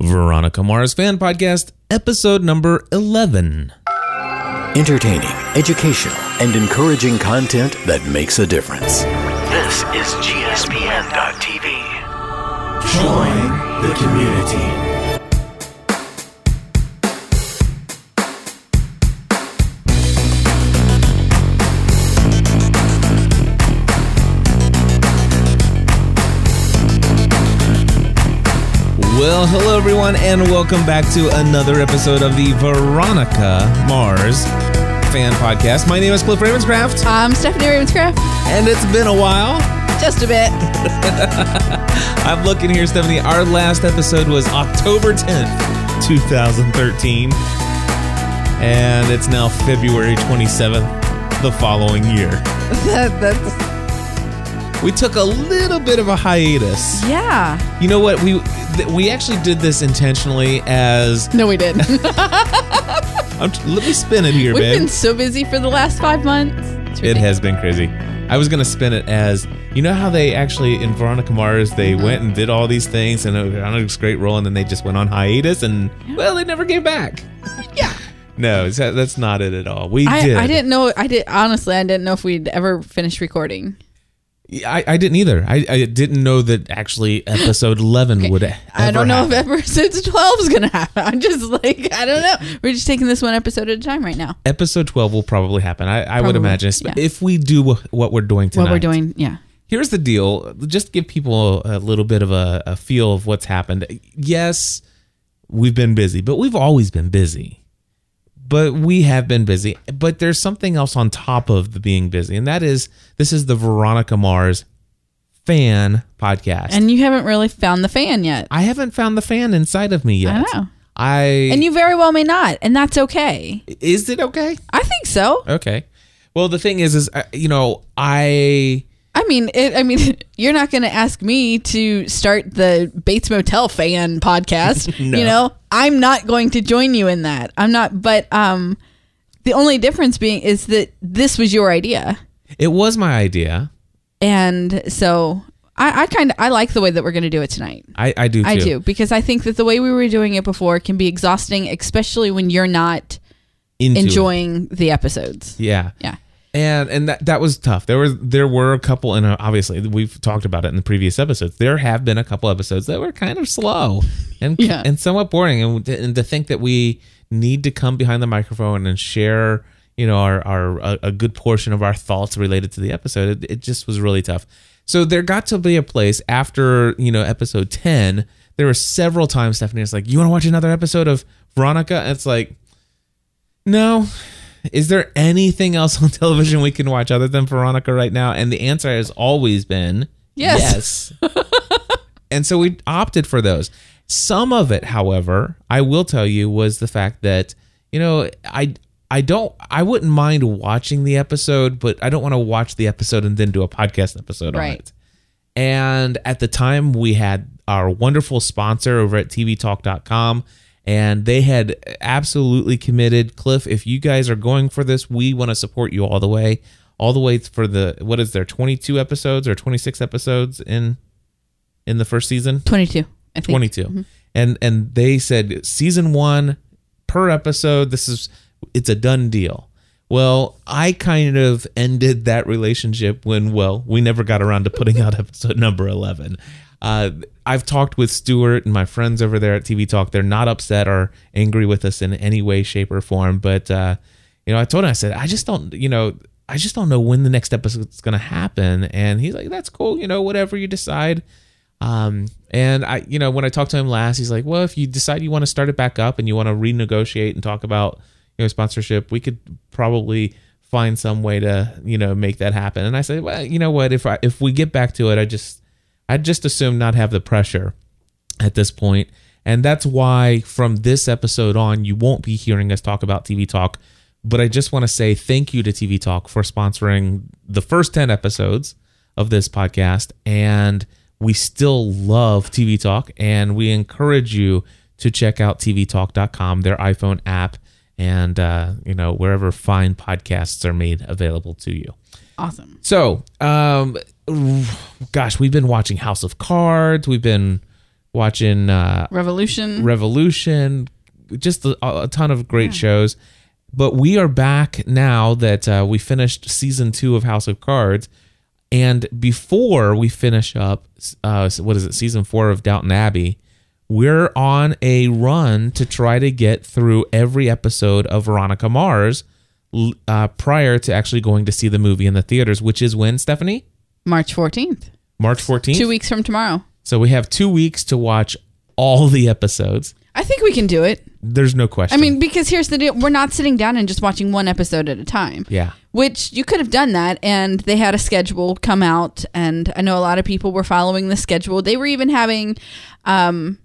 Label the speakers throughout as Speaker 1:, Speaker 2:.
Speaker 1: Veronica Mars Fan Podcast, episode number 11.
Speaker 2: Entertaining, educational, and encouraging content that makes a difference.
Speaker 3: This is GSPN.TV.
Speaker 4: Join the community.
Speaker 1: Well, hello everyone, and welcome back to another episode of the Veronica Mars Fan Podcast. My name is Cliff Ravenscraft,
Speaker 5: I'm Stephanie Ravenscraft.
Speaker 1: and it's been a while.
Speaker 5: Just a bit.
Speaker 1: I'm looking here, Stephanie. Our last episode was October 10th, 2013, and it's now February 27th, the following year.
Speaker 5: That- that's
Speaker 1: We took a little bit of a hiatus.
Speaker 5: yeah.
Speaker 1: You know what? We th- we actually did this intentionally as
Speaker 5: No, we didn't. We've
Speaker 1: I'm, t- let me spin it here, babe.
Speaker 5: been so busy for the last five months. It's
Speaker 1: It
Speaker 5: ridiculous.
Speaker 1: has been crazy. I was gonna spin it as you know how they actually in Veronica Mars they
Speaker 5: Uh-huh.
Speaker 1: went and did all these things and it on a great role and then they just went on hiatus and well they never came back.
Speaker 5: Yeah.
Speaker 1: No, it's- uh, that's not it at all. We
Speaker 5: I,
Speaker 1: did.
Speaker 5: I didn't know. I did honestly. I didn't know if we'd ever finished recording.
Speaker 1: I, I didn't either. I, I didn't know that actually episode eleven would. Ever
Speaker 5: I don't know
Speaker 1: happen.
Speaker 5: if ever since twelve is gonna happen. I'm just like I don't know. We're just taking this one episode at a time right now.
Speaker 1: episode twelve will probably happen. I, I would
Speaker 5: Probably,
Speaker 1: imagine
Speaker 5: yeah.
Speaker 1: if we do wh- what we're doing tonight.
Speaker 5: What we're doing. Yeah.
Speaker 1: here's the deal just to give people a little bit of a, a feel of what's happened yes we've been busy but we've always been busy but we have been busy but there's something else on top of the being busy and that is this is the veronica mars fan podcast
Speaker 5: And you haven't really found the fan yet.
Speaker 1: i haven't found the fan inside of me yet
Speaker 5: I know.
Speaker 1: I-
Speaker 5: And you very well may not, and that's okay.
Speaker 1: is it okay
Speaker 5: I think so.
Speaker 1: okay well the thing is is uh, you know i
Speaker 5: I mean, it, I mean, you're not going to ask me to start the Bates Motel fan podcast.
Speaker 1: No.
Speaker 5: You know, I'm not going to join you in that. I'm not. But um, the only difference being is that this was your idea,
Speaker 1: it was my idea
Speaker 5: and so I, I kind of I like the way that we're going to do it tonight.
Speaker 1: i i do too.
Speaker 5: I do because I think that the way we were doing it before can be exhausting, especially when you're not
Speaker 1: Into it.
Speaker 5: enjoying the episodes.
Speaker 1: yeah
Speaker 5: Yeah.
Speaker 1: and and that that was tough. There was there were a couple, and uh, obviously we've talked about it in the previous episodes. There have been a couple episodes that were kind of slow and
Speaker 5: Yeah.
Speaker 1: and somewhat boring, and and to think that we need to come behind the microphone and share, you know, our our a, a good portion of our thoughts related to the episode, it, it just was really tough. So there got to be a place after you know episode ten. There were several times Stephanie was like, "You want to watch another episode of Veronica?" And it's like, no. Is there anything else on television we can watch other than Veronica right now? And the answer has always been
Speaker 5: Yes.
Speaker 1: yes. and so we opted for those. Some of it, however, I will tell you was the fact that, you know, I I don't I wouldn't mind watching the episode, but I don't want to watch the episode and then do a podcast episode on
Speaker 5: Right.
Speaker 1: it. And at the time, we had our wonderful sponsor over at TVTalk.com, and they had absolutely committed. Cliff, if you guys are going for this, we want to support you all the way, all the way for the what is there, 22 episodes or 26 episodes in in the first season?
Speaker 5: Twenty two. I think.
Speaker 1: 22 and and they said season one per episode this is it's a done deal well i kind of ended that relationship when well we never got around to putting out episode number 11 uh, i've talked with stuart and my friends over there at tv talk they're not upset or angry with us in any way shape or form but uh, you know i told him i said i just don't you know i just don't know when the next episode's going to happen and he's like that's cool you know whatever you decide um, and I, you know, when I talked to him last, he's like, "Well, if you decide you want to start it back up and you want to renegotiate and talk about you know sponsorship, we could probably find some way to you know make that happen." And I said, "Well, you know what? If I if we get back to it, I just I just assume not have the pressure at this point. And that's why from this episode on, you won't be hearing us talk about TV Talk. But I just want to say thank you to TV Talk for sponsoring the first 10 episodes of this podcast. And we still love TV Talk. And we encourage you to check out tvtalk.com, their iPhone app, and, uh, you know, wherever fine podcasts are made available to you.
Speaker 5: Awesome.
Speaker 1: So, um, gosh, we've been watching House of Cards. We've been watching uh,
Speaker 5: Revolution.
Speaker 1: Revolution, just a, a ton of great shows. But we are back now that uh, we finished season two of House of Cards. And before we finish up, uh, what is it, season four of Downton Abbey, we're on a run to try to get through every episode of Veronica Mars l- uh, prior to actually going to see the movie in the theaters, which is when, Stephanie?
Speaker 5: March 14th.
Speaker 1: March 14th.
Speaker 5: Two weeks from tomorrow.
Speaker 1: So we have two weeks to watch all the episodes.
Speaker 5: I think we can do it.
Speaker 1: There's no question.
Speaker 5: I mean, because here's the deal we're not sitting down and just watching one episode at a time.
Speaker 1: Yeah.
Speaker 5: Which you could have done that, and they had a schedule come out, and I know a lot of people were following the schedule. They were even having, um,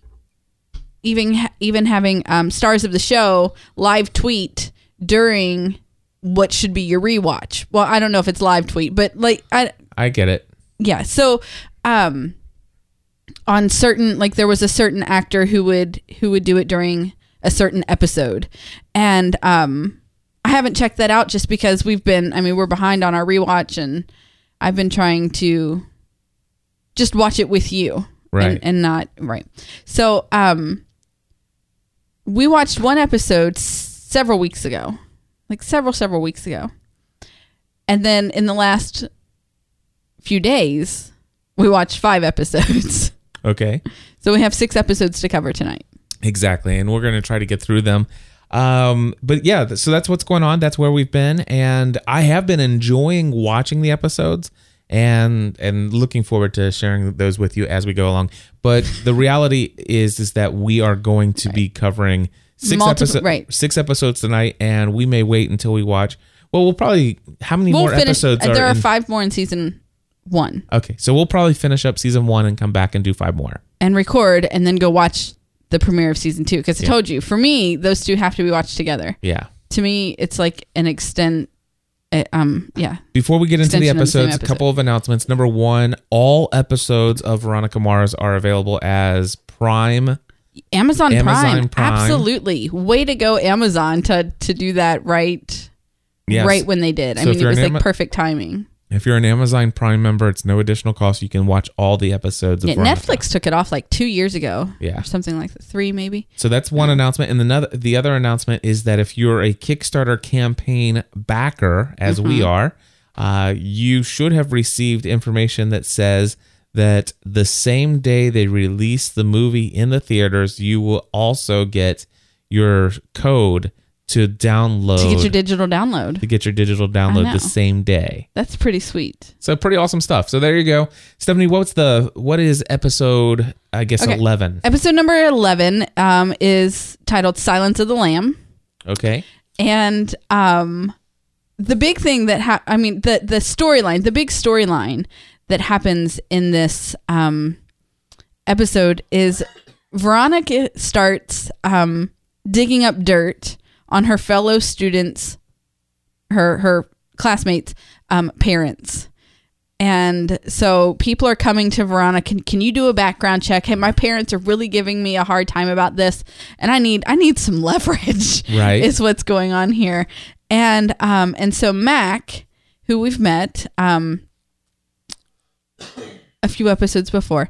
Speaker 5: even even having um, stars of the show live tweet during what should be your rewatch. Well, I don't know if it's live tweet, but like I
Speaker 1: I get it.
Speaker 5: yeah so um on certain like there was a certain actor who would who would do it during a certain episode and um i haven't checked that out just because we've been i mean we're behind on our rewatch and i've been trying to just watch it with you
Speaker 1: Right.
Speaker 5: and, and not right so um we watched one episode s- several weeks ago like several several weeks ago and then in the last few days, we watched five episodes.
Speaker 1: Okay.
Speaker 5: so we have six episodes to cover tonight.
Speaker 1: Exactly. And we're going to try to get through them. Um, but yeah, th- so that's what's going on. That's where we've been. And I have been enjoying watching the episodes and and looking forward to sharing those with you as we go along. But the reality is is that we are going to be covering six
Speaker 5: Multiple-
Speaker 1: episodes
Speaker 5: right.
Speaker 1: six episodes tonight and we may wait until we watch well we'll probably how many
Speaker 5: We'll
Speaker 1: more episodes are
Speaker 5: there are
Speaker 1: in-
Speaker 5: five more in season one
Speaker 1: Okay, so we'll probably finish up season 1 and come back and do five more.
Speaker 5: and record and then go watch the premiere of season two. Because I told you, for me, those two have to be watched together.
Speaker 1: Yeah.
Speaker 5: To me, it's like an extent. uh, um, yeah.
Speaker 1: Before we get into the
Speaker 5: Extension of the same
Speaker 1: episodes, a
Speaker 5: episode.
Speaker 1: couple of announcements. Number one, all episodes of Veronica Mars are available as Prime.
Speaker 5: Amazon,
Speaker 1: Amazon
Speaker 5: Prime,
Speaker 1: Prime.
Speaker 5: Absolutely. Way to go, Amazon, to, to do that right.
Speaker 1: Yes.
Speaker 5: Right when they did. I
Speaker 1: So if
Speaker 5: mean, it
Speaker 1: you're
Speaker 5: was
Speaker 1: an
Speaker 5: like
Speaker 1: Ama-
Speaker 5: perfect timing.
Speaker 1: If you're an Amazon Prime member, it's no additional cost. You can watch all the episodes of
Speaker 5: Yeah,
Speaker 1: Veronica.
Speaker 5: Netflix took it off like two years ago.
Speaker 1: Yeah.
Speaker 5: Or something like that. Three, maybe.
Speaker 1: So that's one announcement, and another the other announcement is that if you're a Kickstarter campaign backer, as
Speaker 5: Mm-hmm.
Speaker 1: we are, uh, you should have received information that says that the same day they release the movie in the theaters, you will also get your code to download
Speaker 5: to get your digital download.
Speaker 1: to get your digital download
Speaker 5: know.
Speaker 1: the same day.
Speaker 5: That's pretty sweet.
Speaker 1: So pretty awesome stuff. So there you go, Stephanie. What's the what is episode? I guess
Speaker 5: Okay.
Speaker 1: eleven.
Speaker 5: Episode number 11 um, is titled Silence of the Lamb.
Speaker 1: Okay.
Speaker 5: And um, the big thing that, ha- I mean, the, the storyline, the big storyline that happens in this um, episode is Veronica starts um, digging up dirt on her fellow students, her, her classmates' um, parents. And so people are coming to Veronica. Can, can you do a background check? Hey, my parents are really giving me a hard time about this, and I need I need some leverage.
Speaker 1: Right.
Speaker 5: is what's going on here. And um and so Mac, who we've met um a few episodes before,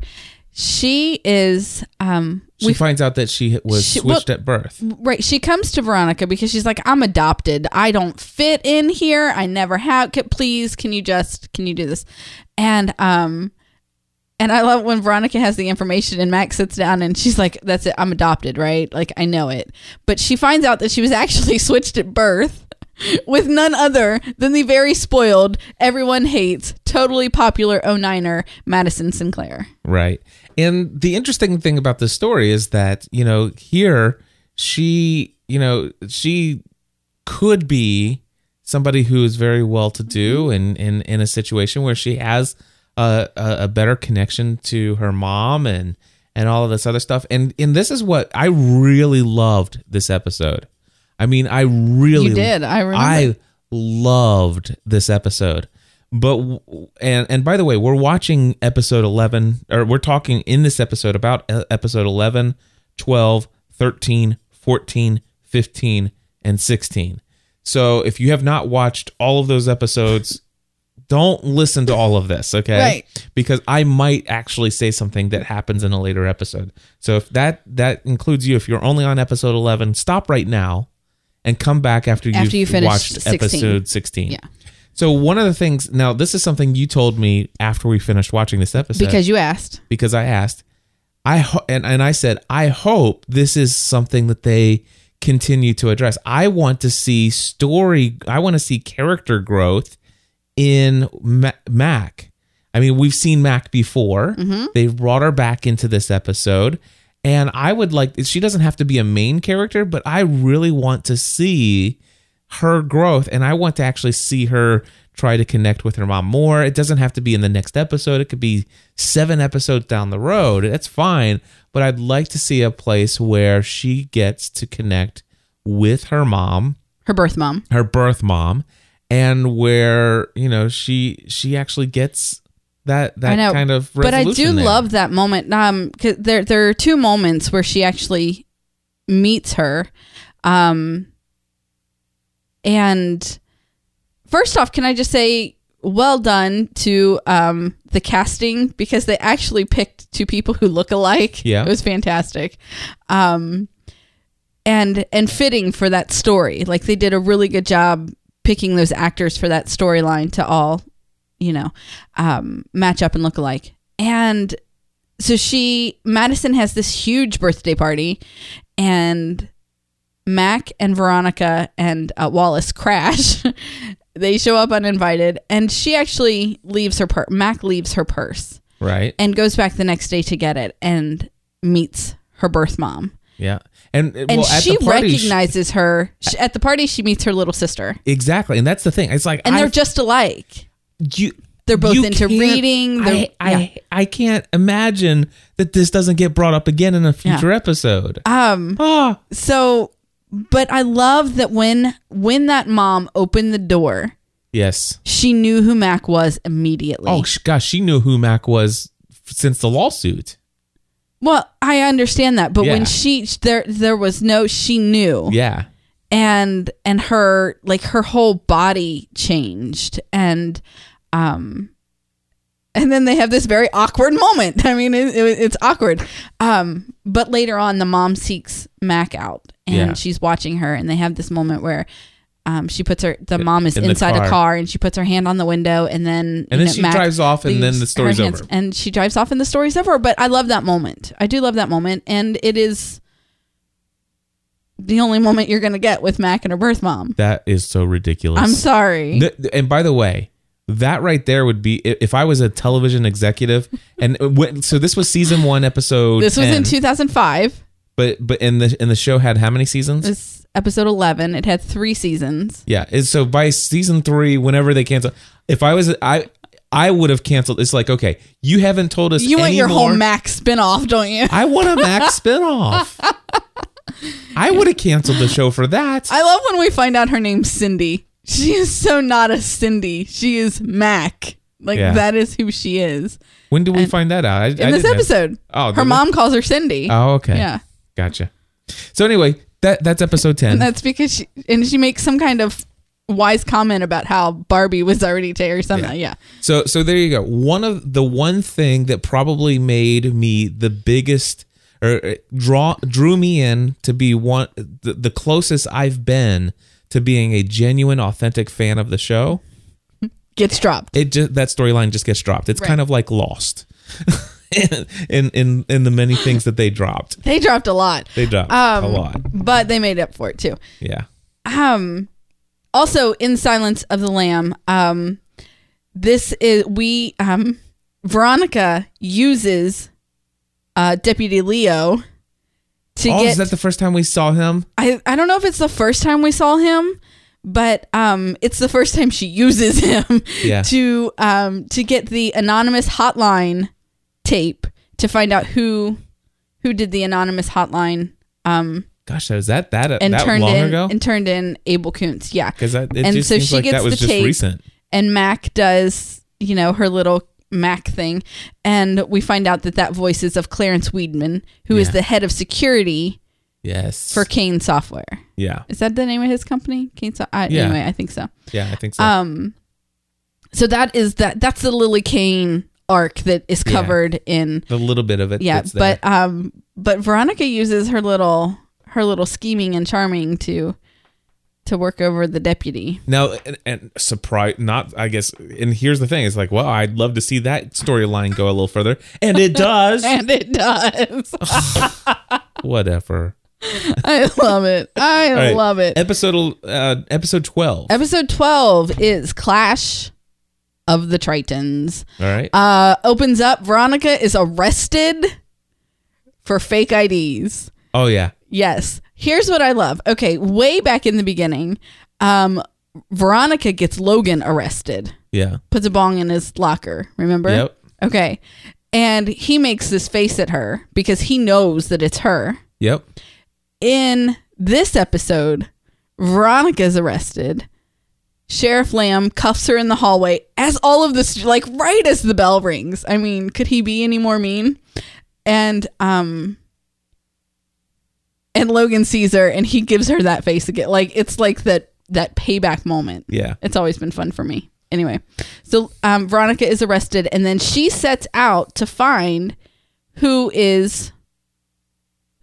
Speaker 5: she is um
Speaker 1: She finds out that she was
Speaker 5: She- well-
Speaker 1: switched at birth.
Speaker 5: right she comes to veronica because she's like i'm adopted i don't fit in here i never have c- please can you just can you do this and um and i love when veronica has the information and max sits down and she's like that's it i'm adopted right like i know it but she finds out that she was actually switched at birth with none other than the very spoiled everyone hates totally popular 09er madison sinclair
Speaker 1: Right. And the interesting thing about this story is that, you know, here she, you know, she could be somebody who is very well to
Speaker 5: Mm-hmm.
Speaker 1: do and in, in a situation where she has a, a, a better connection to her mom and and all of this other stuff. And and this is what I really loved this episode. I mean, I really
Speaker 5: You did. I remember.
Speaker 1: I loved this episode. But w- and and by the way, we're watching episode 11 or we're talking in this episode about uh, episode 11, 12, 13, 14, 15 and 16. So if you have not watched all of those episodes, don't listen to all of this, okay?
Speaker 5: Right.
Speaker 1: Because I might actually say something that happens in a later episode. So if that that includes you, if you're only on episode eleven, stop right now and come back after,
Speaker 5: After
Speaker 1: you've
Speaker 5: you finish
Speaker 1: watched
Speaker 5: 16.
Speaker 1: episode sixteen.
Speaker 5: Yeah.
Speaker 1: So one of the things now, this is something you told me after we finished watching this episode
Speaker 5: because you asked.
Speaker 1: because I asked, I ho- and and I said, I hope this is something that they continue to address. I want to see story. I want to see character growth in Ma- Mac. I mean, we've seen Mac before. They brought her back into this episode, and I would like. She doesn't have to be a main character, but I really want to see her growth and I want to actually see her try to connect with her mom more. It doesn't have to be in the next episode. It could be 7 episodes down the road. That's fine, but I'd like to see a place where she gets to connect with her mom,
Speaker 5: Her birth mom.
Speaker 1: her birth mom, and where, you know, she she actually gets that that
Speaker 5: I know,
Speaker 1: kind of
Speaker 5: but I do
Speaker 1: resolution there.
Speaker 5: love that moment. Um, 'cause there there are two moments where she actually meets her, um, and first off, can I just say well done to um the casting because they actually picked two people who look alike.
Speaker 1: Yeah.
Speaker 5: it was fantastic. Um, and and fitting for that story. Like they did a really good job picking those actors for that storyline to all, you know, um, match up and look alike. And so she Madison has this huge birthday party, and Mac and Veronica and uh, Wallace crash. they show up uninvited, and she actually leaves her purse. Mac leaves her purse
Speaker 1: right?
Speaker 5: and goes back the next day to get it and meets her birth mom
Speaker 1: yeah. And,
Speaker 5: and
Speaker 1: well, at
Speaker 5: she
Speaker 1: the party, she-
Speaker 5: recognizes her she, at the party she meets her little sister
Speaker 1: Exactly. And that's the thing. It's like
Speaker 5: and
Speaker 1: I
Speaker 5: they're just alike
Speaker 1: you
Speaker 5: They're both
Speaker 1: you
Speaker 5: into
Speaker 1: can't-
Speaker 5: reading,
Speaker 1: I,
Speaker 5: they're-
Speaker 1: I,
Speaker 5: yeah.
Speaker 1: I can't imagine that this doesn't get brought up again in a future episode.
Speaker 5: um
Speaker 1: Ah,
Speaker 5: so but i love that when when that mom opened the door
Speaker 1: yes.
Speaker 5: she knew who mac was immediately
Speaker 1: Oh sh- gosh, she knew who Mac was f- since the lawsuit.
Speaker 5: well i understand that but
Speaker 1: Yeah.
Speaker 5: when she there there was no she knew
Speaker 1: Yeah,
Speaker 5: and and her like her whole body changed and um and then they have this very awkward moment i mean it, it- it's awkward um but later on the mom seeks mac out and
Speaker 1: Yeah.
Speaker 5: she's watching her and they have this moment where um she puts her the mom is
Speaker 1: in the
Speaker 5: inside
Speaker 1: car.
Speaker 5: a car and she puts her hand on the window and then
Speaker 1: And
Speaker 5: you
Speaker 1: then she drives off and then
Speaker 5: leaves
Speaker 1: the story's
Speaker 5: her hands-
Speaker 1: over.
Speaker 5: and she drives off and the story's over but i love that moment i do love that moment and it is the only moment you're gonna get with mac and her birth mom
Speaker 1: that is so ridiculous.
Speaker 5: i'm sorry
Speaker 1: Th- th- and by the way, that right there would be i- if I was a television executive, and when, so this was season one, episode.
Speaker 5: this was
Speaker 1: 10,
Speaker 5: in 2005
Speaker 1: but but and the and the show had how many seasons?
Speaker 5: this episode 11 it had three seasons
Speaker 1: Yeah. And so by season three, whenever they cancel, if I was, I, I would have canceled. It's like, okay, you haven't told us.
Speaker 5: you want your
Speaker 1: anymore.
Speaker 5: whole mac spin-off don't you
Speaker 1: I want a Mac spinoff. I would have canceled the show for that.
Speaker 5: i love when we find out her name's cindy she is so not a cindy she is mac like
Speaker 1: Yeah.
Speaker 5: that is who she is
Speaker 1: when did we find that out? I,
Speaker 5: in this episode
Speaker 1: Oh, did
Speaker 5: her
Speaker 1: we?
Speaker 5: mom calls her cindy
Speaker 1: Oh, okay.
Speaker 5: yeah
Speaker 1: Gotcha. So anyway, that that's episode ten.
Speaker 5: And that's because she and she makes some kind of wise comment about how Barbie was already Tay or something. Yeah.
Speaker 1: So so there you go. One of the one thing that probably made me the biggest or uh, draw drew me in to be one the, the closest I've been to being a genuine authentic fan of the show.
Speaker 5: Gets dropped.
Speaker 1: It just that storyline just gets dropped. It's
Speaker 5: Right.
Speaker 1: kind of like lost. in in in the many things that they dropped.
Speaker 5: They dropped a lot.
Speaker 1: They dropped
Speaker 5: Um,
Speaker 1: a lot.
Speaker 5: But they made up for it too.
Speaker 1: Yeah.
Speaker 5: Um also in Silence of the Lamb, um this is we um Veronica uses uh Deputy Leo to
Speaker 1: Oh,
Speaker 5: get
Speaker 1: is that the first time we saw him?
Speaker 5: I, I don't know if it's the first time we saw him, but um, it's the first time she uses him
Speaker 1: Yeah.
Speaker 5: to um, to get the anonymous hotline tape to find out who who did the anonymous hotline um,
Speaker 1: Gosh, was that that
Speaker 5: and
Speaker 1: that
Speaker 5: turned
Speaker 1: long
Speaker 5: in
Speaker 1: ago?
Speaker 5: and turned in Abel Kuntz. Yeah,
Speaker 1: Because it
Speaker 5: and
Speaker 1: just
Speaker 5: so
Speaker 1: seems
Speaker 5: she
Speaker 1: like
Speaker 5: gets
Speaker 1: that was
Speaker 5: the
Speaker 1: just
Speaker 5: tape.
Speaker 1: recent.
Speaker 5: and Mac does you know her little Mac thing, and we find out that that voice is of Clarence Weedman, who is
Speaker 1: Yeah.
Speaker 5: the head of security
Speaker 1: Yes.
Speaker 5: for Kane Software.
Speaker 1: yeah.
Speaker 5: Is that the name of his company? Kane so- uh,
Speaker 1: Yeah.
Speaker 5: Anyway, I think so.
Speaker 1: Yeah, I think so.
Speaker 5: Um, So that is that. That's the Lily Kane arc that is
Speaker 1: Yeah.
Speaker 5: covered in
Speaker 1: The little bit of it.
Speaker 5: yeah.
Speaker 1: that's there.
Speaker 5: But um, but Veronica uses her little her little scheming and charming to to work over the deputy.
Speaker 1: Now, and, and surprise, not, I guess, and here's the thing it's like, well, I'd love to see that storyline go a little further. And it does.
Speaker 5: And it does.
Speaker 1: Whatever.
Speaker 5: I love it. I
Speaker 1: All right.
Speaker 5: love it.
Speaker 1: Episode, uh, episode 12.
Speaker 5: Episode 12 is Clash of the Tritons.
Speaker 1: All right.
Speaker 5: Uh, opens up. Veronica is arrested for fake IDs.
Speaker 1: oh, yeah.
Speaker 5: Yes. Here's what I love. Okay, way back in the beginning, um, Veronica gets Logan arrested,
Speaker 1: Yeah.
Speaker 5: puts a bong in his locker. Remember?
Speaker 1: Yep.
Speaker 5: Okay. And he makes this face at her because he knows that it's her.
Speaker 1: Yep.
Speaker 5: in this episode, Veronica is arrested. Sheriff Lamb cuffs her in the hallway as all of this, like right as the bell rings. I mean, could he be any more mean? And um, and Logan sees her and he gives her that face again. Like it's like that that payback moment.
Speaker 1: Yeah.
Speaker 5: It's always been fun for me. Anyway, so um, Veronica is arrested and then she sets out to find who is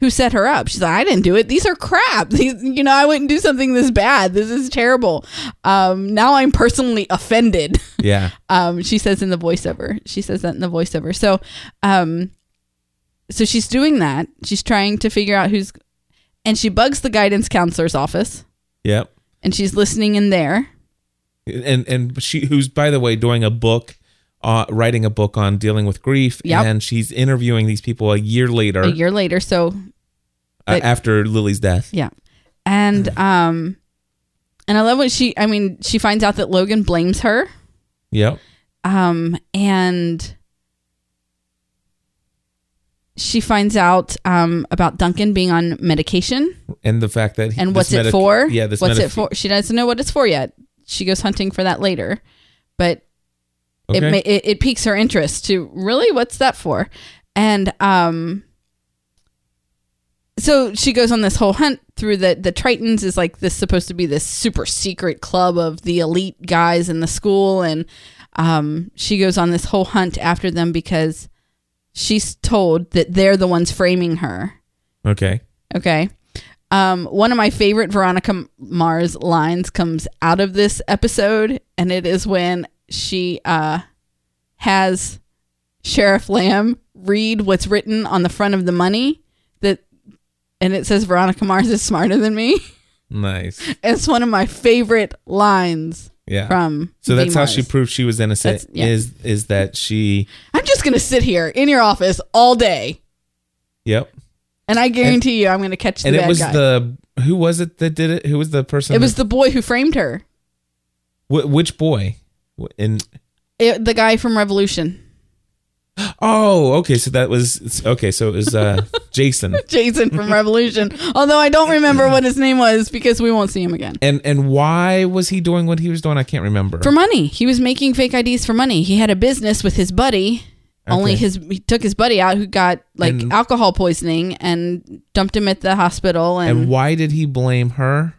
Speaker 5: who set her up. She's like, I didn't do it. These are crap. These, you know, I wouldn't do something this bad. This is terrible. Um, now I'm personally offended.
Speaker 1: Yeah.
Speaker 5: Um, she says in the voiceover. She says that in the voiceover. So, um, so she's doing that. She's trying to figure out who's, and she bugs the guidance counselor's office,
Speaker 1: Yep.
Speaker 5: and she's listening in there.
Speaker 1: and and she who's by the way doing a book uh, writing a book on dealing with grief
Speaker 5: Yep.
Speaker 1: and she's interviewing these people a year later
Speaker 5: A year later, so
Speaker 1: uh, after lily's death
Speaker 5: Yeah. And
Speaker 1: Mm.
Speaker 5: um and I love when she I mean, she finds out that Logan blames her.
Speaker 1: yep
Speaker 5: Um and she finds out um about Duncan being on medication
Speaker 1: and the fact that he-
Speaker 5: and
Speaker 1: this
Speaker 5: what's it
Speaker 1: medic-
Speaker 5: for?
Speaker 1: yeah this
Speaker 5: what's
Speaker 1: medic-
Speaker 5: it for? She doesn't know what it's for yet. She goes hunting for that later. But it,
Speaker 1: okay.
Speaker 5: ma- it it piques her interest to really what's that for and um so she goes on this whole hunt through the the tritons is like this supposed to be this super secret club of the elite guys in the school and um she goes on this whole hunt after them because she's told that they're the ones framing her
Speaker 1: okay
Speaker 5: Okay. Um, one of my favorite Veronica Mars lines comes out of this episode, and it is when she uh, has Sheriff Lamb read what's written on the front of the money that, and it says Veronica Mars is smarter than me.
Speaker 1: nice
Speaker 5: it's one of my favorite lines
Speaker 1: yeah
Speaker 5: from.
Speaker 1: so
Speaker 5: V.
Speaker 1: that's how she
Speaker 5: Mars.
Speaker 1: proved she was innocent
Speaker 5: That's- yeah.
Speaker 1: is is that she
Speaker 5: I'm just gonna sit here in your office all day,
Speaker 1: yep
Speaker 5: and I guarantee you, I'm gonna catch the
Speaker 1: and
Speaker 5: bad
Speaker 1: it was
Speaker 5: guy.
Speaker 1: the who was it that did it who was the person
Speaker 5: it was the boy who framed her,
Speaker 1: wh- which boy Wh- and
Speaker 5: it, the guy from Revolution.
Speaker 1: oh okay so that was okay so it was uh jason
Speaker 5: Jason from Revolution. Although I don't remember what his name was because we won't see him again.
Speaker 1: and and why was he doing what he was doing i can't remember
Speaker 5: For money, he was making fake IDs for money. He had a business with his buddy. Only
Speaker 1: Okay.
Speaker 5: his he took his buddy out who got like
Speaker 1: And-
Speaker 5: alcohol poisoning and dumped him at the hospital and,
Speaker 1: And why did he blame her?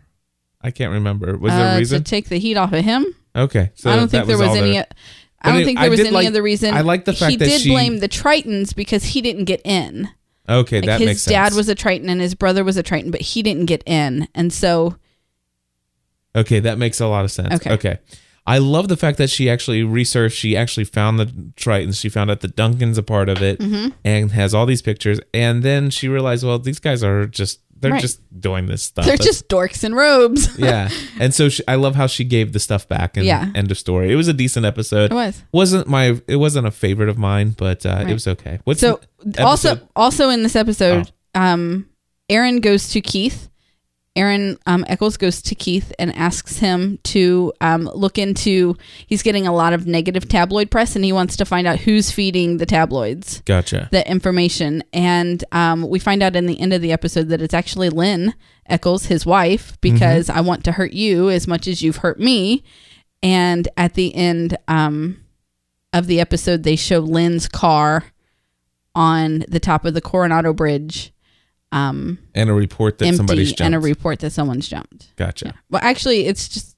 Speaker 1: I can't remember. Was there
Speaker 5: uh,
Speaker 1: a
Speaker 5: to
Speaker 1: reason?
Speaker 5: take the heat off of him.
Speaker 1: okay, so
Speaker 5: I
Speaker 1: that
Speaker 5: don't think there was,
Speaker 1: all
Speaker 5: any.
Speaker 1: But
Speaker 5: I don't
Speaker 1: anyway,
Speaker 5: think
Speaker 1: I
Speaker 5: there was
Speaker 1: did
Speaker 5: any
Speaker 1: like-
Speaker 5: other reason.
Speaker 1: I like the fact
Speaker 5: he
Speaker 1: that
Speaker 5: did
Speaker 1: she-
Speaker 5: blame the Tritons because he didn't get in.
Speaker 1: Okay,
Speaker 5: Like
Speaker 1: that
Speaker 5: his
Speaker 1: makes sense.
Speaker 5: dad was a Triton and his brother was a Triton, but he didn't get in, and so
Speaker 1: okay. That makes a lot of sense.
Speaker 5: Okay.
Speaker 1: Okay. I love the fact that she actually researched. She actually found the Tritons. She found out that Duncan's a part of it,
Speaker 5: Mm-hmm.
Speaker 1: and has all these pictures. And then she realized, well, these guys are just they're
Speaker 5: Right.
Speaker 1: just doing this stuff.
Speaker 5: they're
Speaker 1: Oh, That's-
Speaker 5: just dorks in robes.
Speaker 1: yeah. And so she, I love how she gave the stuff back. And
Speaker 5: Yeah.
Speaker 1: end of story. It was a decent episode.
Speaker 5: It was.
Speaker 1: wasn't my. It wasn't a favorite of mine, but uh,
Speaker 5: Right.
Speaker 1: it was okay. What's
Speaker 5: So
Speaker 1: episode- Oh.
Speaker 5: also also in this episode, um, Aaron goes to Keith. Aaron um, Eccles goes to Keith and asks him to um, look into. He's getting a lot of negative tabloid press, and he wants to find out who's feeding the tabloids
Speaker 1: Gotcha.
Speaker 5: the information. And um, we find out in the end of the episode that it's actually Lynn Eccles, his
Speaker 1: Mm-hmm.
Speaker 5: wife, because I want to hurt you as much as you've hurt me. And at the end um, of the episode, they show Lynn's car on the top of the Coronado Bridge, um,
Speaker 1: and a report that
Speaker 5: empty,
Speaker 1: somebody's jumped.
Speaker 5: and a report that someone's jumped.
Speaker 1: gotcha.
Speaker 5: Well, actually, it's just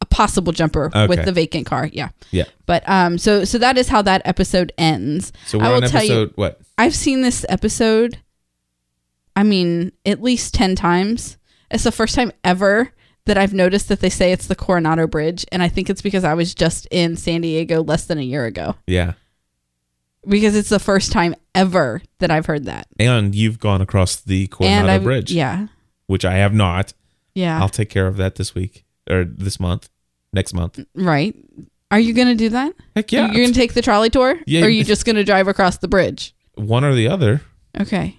Speaker 5: a possible jumper
Speaker 1: Okay.
Speaker 5: with the vacant car. Yeah.
Speaker 1: Yeah.
Speaker 5: But um, so so that is how that episode ends.
Speaker 1: So we're
Speaker 5: I will
Speaker 1: on
Speaker 5: tell
Speaker 1: episode
Speaker 5: you,
Speaker 1: what?
Speaker 5: I've seen this episode. I mean, at least ten times. It's the first time ever that I've noticed that they say it's the Coronado Bridge, and I think it's because I was just in San Diego less than a year ago.
Speaker 1: Yeah.
Speaker 5: Because it's the first time ever that I've heard that.
Speaker 1: And you've gone across the Coronado
Speaker 5: I've-
Speaker 1: Bridge,
Speaker 5: Yeah.
Speaker 1: which I have not.
Speaker 5: Yeah.
Speaker 1: I'll take care of that this week or this month, next month.
Speaker 5: right. Are you gonna do that?
Speaker 1: Heck yeah.
Speaker 5: Mm. You're gonna take the trolley tour?
Speaker 1: Yeah.
Speaker 5: Or are you just gonna drive across the bridge?
Speaker 1: One or the other.
Speaker 5: Okay.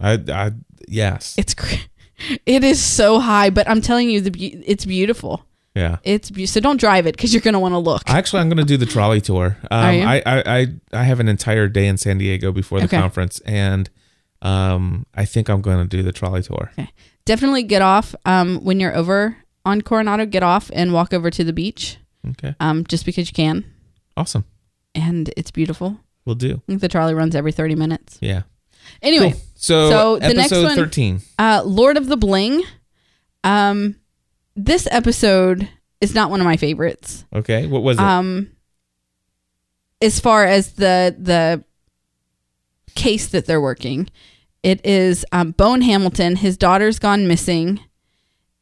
Speaker 1: I, I, yes.
Speaker 5: It's cr- it is so high, but I'm telling you, the be- it's beautiful.
Speaker 1: yeah.
Speaker 5: It's be- so don't drive it because you're gonna want to look.
Speaker 1: Actually, I'm going to do the trolley tour. Um,
Speaker 5: Are you?
Speaker 1: I, I, I, I have an entire day in San Diego before the
Speaker 5: Okay.
Speaker 1: conference, and um, I think I'm going to do the trolley tour.
Speaker 5: okay. Definitely get off um, when you're over on Coronado. Get off and walk over to the beach,
Speaker 1: Okay.
Speaker 5: um, just because you can,
Speaker 1: Awesome.
Speaker 5: and it's beautiful.
Speaker 1: We'll do.
Speaker 5: I think the trolley runs every 30 minutes.
Speaker 1: Yeah.
Speaker 5: Anyway,
Speaker 1: Cool. So,
Speaker 5: So the
Speaker 1: episode
Speaker 5: next one-
Speaker 1: 13.
Speaker 5: uh, Lord of the Bling. Um, this episode is not one of my favorites.
Speaker 1: Okay. What was it?
Speaker 5: Um, as far as the the case that they're working, it is um, Bone Hamilton. His daughter's gone missing,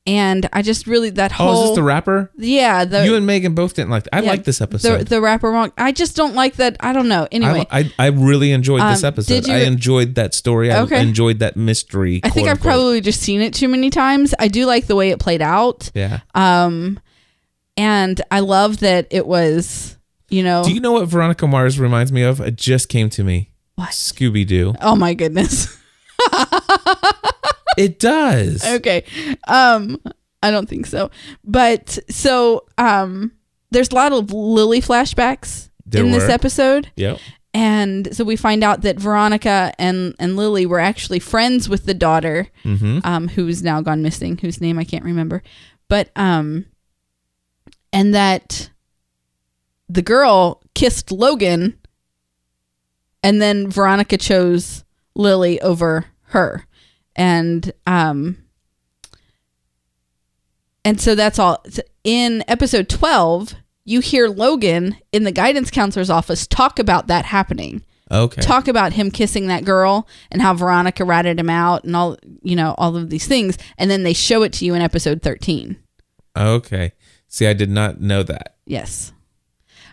Speaker 5: and I just really that
Speaker 1: oh,
Speaker 5: whole
Speaker 1: is this the rapper?
Speaker 5: yeah the
Speaker 1: you and Megan both didn't like. I
Speaker 5: yeah,
Speaker 1: like this episode.
Speaker 5: the the rapper wrong. I just don't like that. I don't know.
Speaker 1: I-
Speaker 5: Anyway,
Speaker 1: I, I really enjoyed this
Speaker 5: Um,
Speaker 1: episode.
Speaker 5: did you-
Speaker 1: I enjoyed that story. I
Speaker 5: Okay.
Speaker 1: enjoyed that mystery.
Speaker 5: I think
Speaker 1: quote
Speaker 5: I've
Speaker 1: unquote.
Speaker 5: probably just seen it too many times. I do like the way it played out.
Speaker 1: yeah.
Speaker 5: Um, and I love that it was, you know,
Speaker 1: Do you know what Veronica Mars reminds me of? It just came to me.
Speaker 5: What?
Speaker 1: Scooby Doo.
Speaker 5: oh my goodness.
Speaker 1: It does.
Speaker 5: okay. Um, I don't think so. But so, um, there's a lot of Lily flashbacks
Speaker 1: There
Speaker 5: in this
Speaker 1: were.
Speaker 5: episode.
Speaker 1: Yep.
Speaker 5: And so we find out that Veronica and, and Lily were actually friends with the daughter,
Speaker 1: Mm-hmm.
Speaker 5: um, who is now gone missing, whose name I can't remember. But, um, and that the girl kissed Logan, and then Veronica chose Lily over her, and um, and so that's all. So In episode twelve, you hear Logan in the guidance counselor's office talk about that happening.
Speaker 1: Okay.
Speaker 5: Talk about him kissing that girl and how Veronica ratted him out and all you know all of these things, and then they show it to you in episode thirteen.
Speaker 1: okay. See, I did not know that.
Speaker 5: Yes.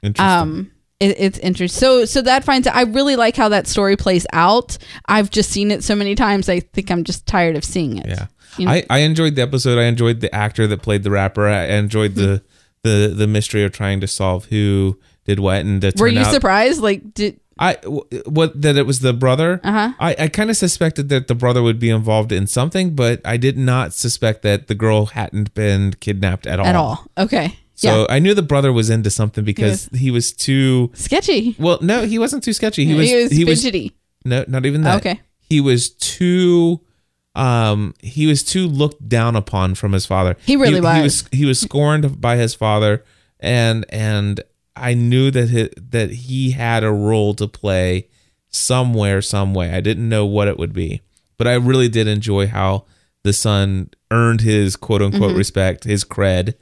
Speaker 1: Interesting.
Speaker 5: um it, it's interesting so so that finds i really like how that story plays out i've just seen it so many times i think i'm just tired of seeing it
Speaker 1: yeah.
Speaker 5: you know-
Speaker 1: I, I enjoyed the episode. I enjoyed the actor that played the rapper. I enjoyed the
Speaker 5: Hmm.
Speaker 1: the the mystery of trying to solve who did what and to
Speaker 5: were
Speaker 1: turn
Speaker 5: you
Speaker 1: out-
Speaker 5: surprised like did
Speaker 1: I w- what that it was the brother.
Speaker 5: Uh-huh.
Speaker 1: I I kind of suspected that the brother would be involved in something, but I did not suspect that the girl hadn't been kidnapped at all.
Speaker 5: at all okay
Speaker 1: So
Speaker 5: yeah
Speaker 1: I knew the brother was into something because he was too.
Speaker 5: sketchy
Speaker 1: Well, no, he wasn't too sketchy. He was. He was.
Speaker 5: fidgety
Speaker 1: no, not even that.
Speaker 5: Okay.
Speaker 1: He was too. Um, he was too looked down upon from his father.
Speaker 5: He really
Speaker 1: He
Speaker 5: was.
Speaker 1: was. He was scorned by his father, and and I knew that he, that he had a role to play somewhere, some way. I didn't know what it would be, but I really did enjoy how the son earned his quote unquote
Speaker 5: Mm-hmm.
Speaker 1: respect, his cred.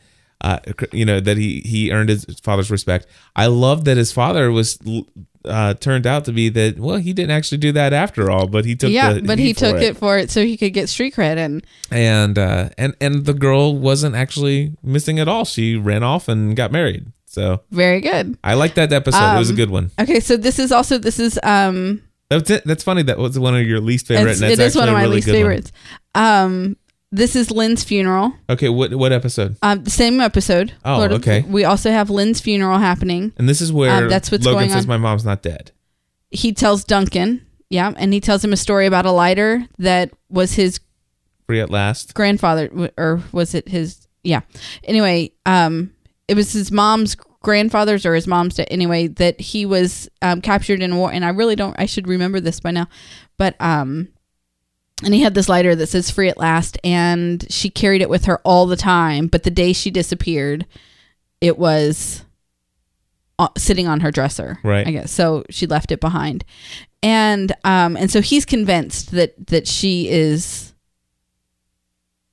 Speaker 1: Uh, cr- you know that he he earned his father's respect. I love that his father was l- uh, turned out to be that. Well, he didn't actually do that after all, but he took
Speaker 5: yeah
Speaker 1: the
Speaker 5: but
Speaker 1: heat
Speaker 5: he
Speaker 1: for
Speaker 5: took it. for it so he could get street cred and
Speaker 1: and uh, and and the girl wasn't actually missing at all. She ran off and got married. So
Speaker 5: very good
Speaker 1: I like that episode. it was a
Speaker 5: Um,
Speaker 1: good one.
Speaker 5: okay so this is also this is um
Speaker 1: That's it. That's funny. That was one of your least favorite.
Speaker 5: it's,
Speaker 1: and
Speaker 5: it
Speaker 1: that's
Speaker 5: is one of
Speaker 1: actually a
Speaker 5: my
Speaker 1: really
Speaker 5: least
Speaker 1: good one.
Speaker 5: favorites um this is lynn's funeral
Speaker 1: Okay, what what episode?
Speaker 5: um the same episode
Speaker 1: Oh,
Speaker 5: of-
Speaker 1: okay.
Speaker 5: we also have lynn's funeral happening
Speaker 1: And this is where
Speaker 5: Um, that's what's
Speaker 1: Logan
Speaker 5: going
Speaker 1: says
Speaker 5: on.
Speaker 1: my mom's not dead.
Speaker 5: he tells Duncan, yeah, and he tells him a story about a lighter that was his
Speaker 1: Free at last.
Speaker 5: grandfather, w- or was it his? Yeah. Anyway, um, it was his mom's grandfather's or his mom's. da- Anyway, that he was um, captured in war, and I really don't. I should remember this by now, but um, and he had this lighter that says "Free at Last," and she carried it with her all the time. But the day she disappeared, it was uh, sitting on her dresser,
Speaker 1: Right.
Speaker 5: I guess. So she left it behind, and um, and so he's convinced that that she is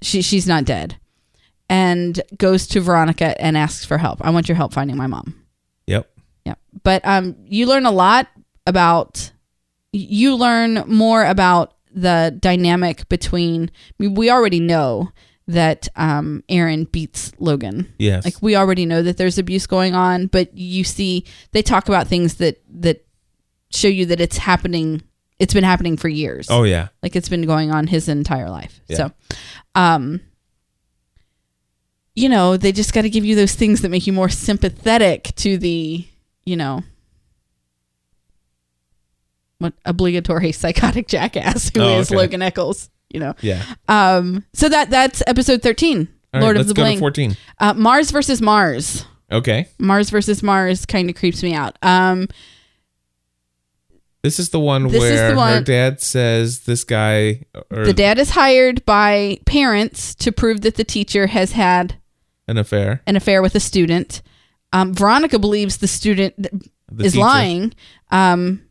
Speaker 5: she she's not dead and goes to Veronica and asks for help. I want your help finding my mom.
Speaker 1: Yep.
Speaker 5: Yeah. But um, you learn a lot about, you learn more about the dynamic between, I mean, we already know that um, Aaron beats Logan.
Speaker 1: Yes.
Speaker 5: Like we already know that there's abuse going on, but you see, they talk about things that, that show you that it's happening. It's been happening for years.
Speaker 1: Oh yeah.
Speaker 5: Like it's been going on his entire life.
Speaker 1: Yeah.
Speaker 5: So, um, you know, they just got to give you those things that make you more sympathetic to the, you know, what obligatory psychotic jackass who is
Speaker 1: Oh, okay.
Speaker 5: Logan Eccles. You know,
Speaker 1: Yeah.
Speaker 5: um, so that that's episode thirteen,
Speaker 1: All right,
Speaker 5: Lord of
Speaker 1: let's
Speaker 5: the
Speaker 1: go
Speaker 5: Bling.
Speaker 1: to 14.
Speaker 5: Uh, Mars versus Mars.
Speaker 1: Okay.
Speaker 5: Mars versus Mars kind of creeps me out. Um,
Speaker 1: This is the one
Speaker 5: This is
Speaker 1: where
Speaker 5: the
Speaker 1: her
Speaker 5: one-
Speaker 1: dad says this guy or
Speaker 5: the dad is hired by parents to prove that the teacher has had
Speaker 1: an affair.
Speaker 5: an affair with a student. Um, Veronica believes the student
Speaker 1: The
Speaker 5: is
Speaker 1: teacher.
Speaker 5: lying. Um,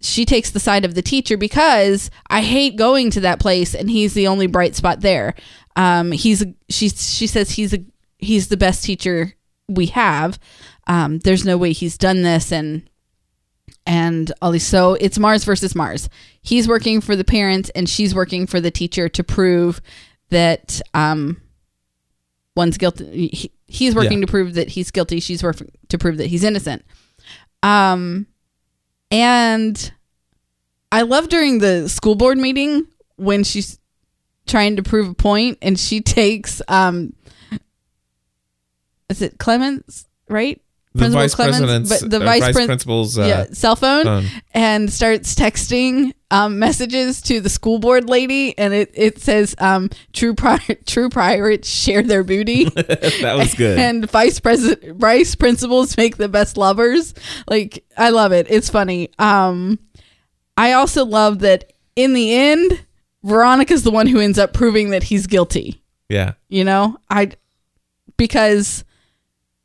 Speaker 5: she takes the side of the teacher because I hate going to that place, and he's the only bright spot there. Um, he's a- she she says he's a he's the best teacher we have. Um, there's no way he's done this, and and all these. So it's Mars versus Mars. He's working for the parents, and she's working for the teacher to prove that um, one's guilty. He, he's working
Speaker 1: Yeah.
Speaker 5: to prove that he's guilty. She's working to prove that he's innocent. Um, and I love during the school board meeting when she's trying to prove a point and she takes um, is it Clements right?
Speaker 1: The vice president's
Speaker 5: but the
Speaker 1: uh,
Speaker 5: vice, prin-
Speaker 1: principal's uh,
Speaker 5: yeah, cell phone,
Speaker 1: phone.
Speaker 5: and starts texting um, messages to the school board lady, and it, it says um, true pri- true pirates share their booty.
Speaker 1: that was good.
Speaker 5: And vice president, vice principals make the best lovers. Like I love it. It's funny. Um, I also love that in the end, Veronica's the one who ends up proving that he's guilty.
Speaker 1: yeah.
Speaker 5: You know, I because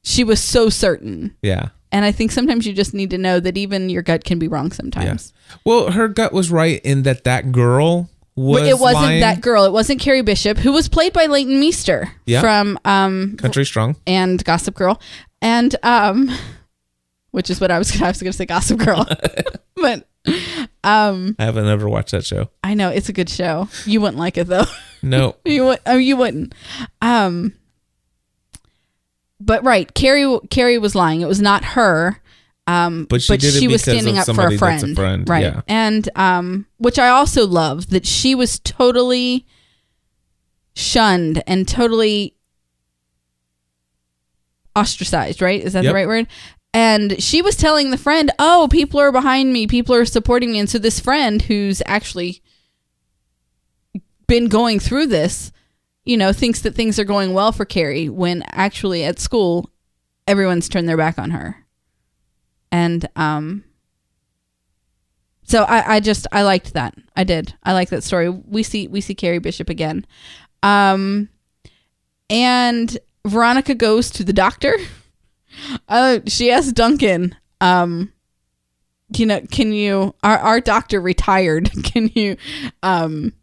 Speaker 5: she was so certain.
Speaker 1: Yeah.
Speaker 5: And I think sometimes you just need to know that even your gut can be wrong sometimes.
Speaker 1: Yes. Well, her gut was right in that that girl was
Speaker 5: But it wasn't
Speaker 1: lying.
Speaker 5: that girl. It wasn't Carrie Bishop, who was played by Leighton Meester
Speaker 1: Yeah.
Speaker 5: from um,
Speaker 1: country strong.
Speaker 5: and Gossip Girl, and um, which is what I was gonna, I was going to say Gossip Girl, but
Speaker 1: I haven't ever watched that show.
Speaker 5: I know it's a good show. You wouldn't like it though.
Speaker 1: No.
Speaker 5: you would. Oh, you wouldn't. Um, but right, Carrie Carrie was lying. It was not her. Um,
Speaker 1: But she did it
Speaker 5: was
Speaker 1: because
Speaker 5: standing
Speaker 1: of
Speaker 5: up for
Speaker 1: somebody
Speaker 5: a
Speaker 1: that's
Speaker 5: friend,
Speaker 1: a friend,
Speaker 5: right?
Speaker 1: yeah.
Speaker 5: And um, which I also love that she was totally shunned and totally ostracized, right? Is that
Speaker 1: Yep.
Speaker 5: the right word? And she was telling the friend, "Oh, people are behind me. People are supporting me." And so this friend, who's actually been going through this, you know, thinks that things are going well for Carrie when actually at school everyone's turned their back on her. And um so I, I just I liked that. I did. I like that story. We see we see Carrie Bishop again. Um and Veronica goes to the doctor. Uh she asks Duncan, um you know, can you our our doctor retired. Can you um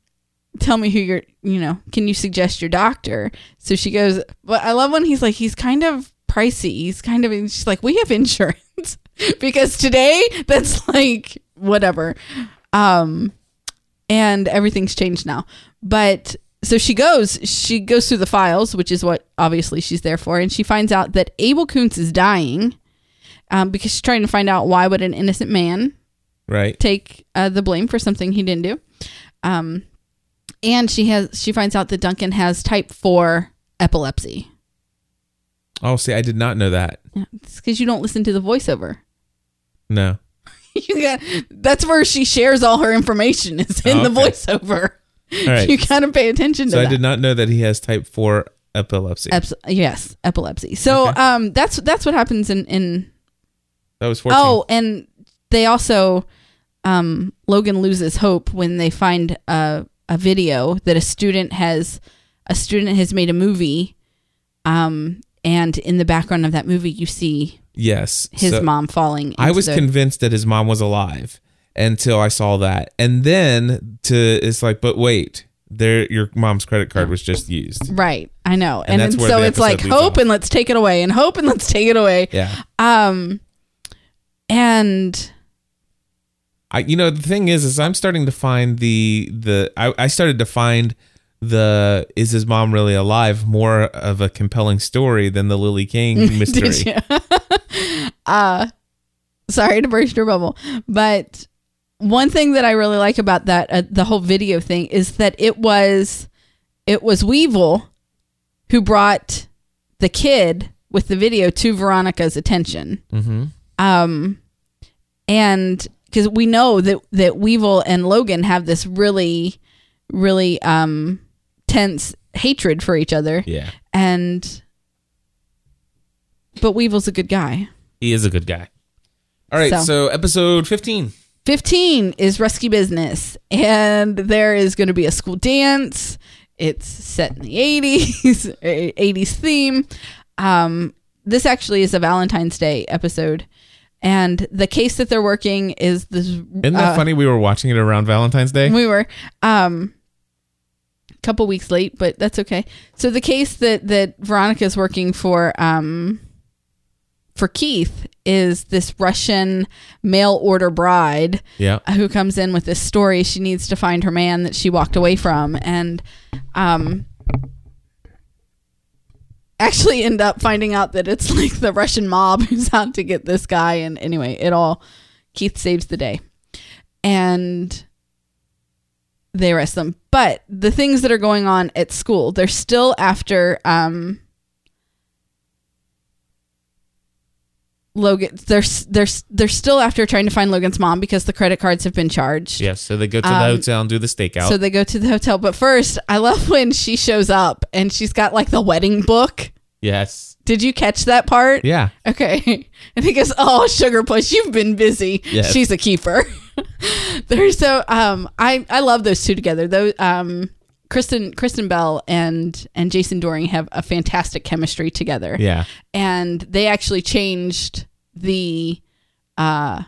Speaker 5: tell me who your you know can you suggest your doctor so she goes but i love when he's like he's kind of pricey he's kind of and she's like we have insurance because today that's like whatever um and everything's changed now but so she goes she goes through the files which is what obviously she's there for and she finds out that abel Kuntz is dying um, because she's trying to find out why would an innocent man
Speaker 1: Right.
Speaker 5: take uh, the blame for something he didn't do. Um, and she has she finds out that Duncan has type four epilepsy
Speaker 1: Oh, see, I did not know that.
Speaker 5: because you don't listen to the voiceover.
Speaker 1: No.
Speaker 5: You got that's where she shares all her information is in
Speaker 1: Oh,
Speaker 5: the
Speaker 1: okay.
Speaker 5: voiceover.
Speaker 1: All right.
Speaker 5: You gotta pay attention to
Speaker 1: so
Speaker 5: that.
Speaker 1: I did not know that he has type 4 epilepsy.
Speaker 5: Eps- yes, epilepsy. So
Speaker 1: Okay.
Speaker 5: um, that's that's what happens in in
Speaker 1: that was 14.
Speaker 5: Oh, and they also um, Logan loses hope when they find a, a video that a student has a student has made a movie. Um, and in the background of that movie, you see
Speaker 1: yes.
Speaker 5: his
Speaker 1: So-
Speaker 5: mom falling. Into
Speaker 1: I was
Speaker 5: the,
Speaker 1: convinced that his mom was alive until I saw that. And then to it's like, but wait, There, your mom's credit card was just used.
Speaker 5: Right. I know.
Speaker 1: And
Speaker 5: And,
Speaker 1: that's
Speaker 5: then-
Speaker 1: where
Speaker 5: so
Speaker 1: the
Speaker 5: it's like
Speaker 1: episode leaves
Speaker 5: hope
Speaker 1: off.
Speaker 5: and let's take it away and hope and let's take it away.
Speaker 1: Yeah.
Speaker 5: Um and
Speaker 1: I you know the thing is is I'm starting to find the the I, I started to find the is his mom really alive more of a compelling story than the Lily King mystery.
Speaker 5: did you uh sorry to burst your bubble, but one thing that I really like about that uh, the whole video thing is that it was it was Weevil who brought the kid with the video to Veronica's attention. Um, and because we know that that Weevil and Logan have this really, really um tense hatred for each other,
Speaker 1: Yeah.
Speaker 5: and but Weevil's a good guy.
Speaker 1: He is a good guy. All right, so,
Speaker 5: So-
Speaker 1: episode 15.
Speaker 5: 15 is Rescue Business, and there is going to be a school dance. It's set in the 80s, eh, 80s theme. Um, this actually is a Valentine's Day episode, and the case that they're working is this.
Speaker 1: Isn't that funny we were watching it around Valentine's Day?
Speaker 5: Uh, We were um, a couple weeks late, but that's okay. So the case that that Veronica is working for um, for Keith is this Russian mail order bride
Speaker 1: yeah.
Speaker 5: who comes in with this story. She needs to find her man that she walked away from, and um, actually end up finding out that it's like the Russian mob who's out to get this guy. And anyway, it all Keith saves the day, and they arrest them. But the things that are going on at school, they're still after. Um, Logan, they're s- they're s- they're still after trying to find Logan's mom because the credit cards have been charged.
Speaker 1: Yeah, so they go to the hotel and do the stakeout.
Speaker 5: Um, So they go to the hotel, but first, I love when she shows up and she's got like the wedding book.
Speaker 1: yes.
Speaker 5: Did you catch that part?
Speaker 1: Yeah.
Speaker 5: Okay. And he goes, "Oh, sugar push, you've been busy.
Speaker 1: Yes.
Speaker 5: She's a keeper." They're so um I I love those two together. Though um Kristen Kristen Bell and and Jason Doring have a fantastic chemistry together
Speaker 1: Yeah.
Speaker 5: and they actually changed the uh,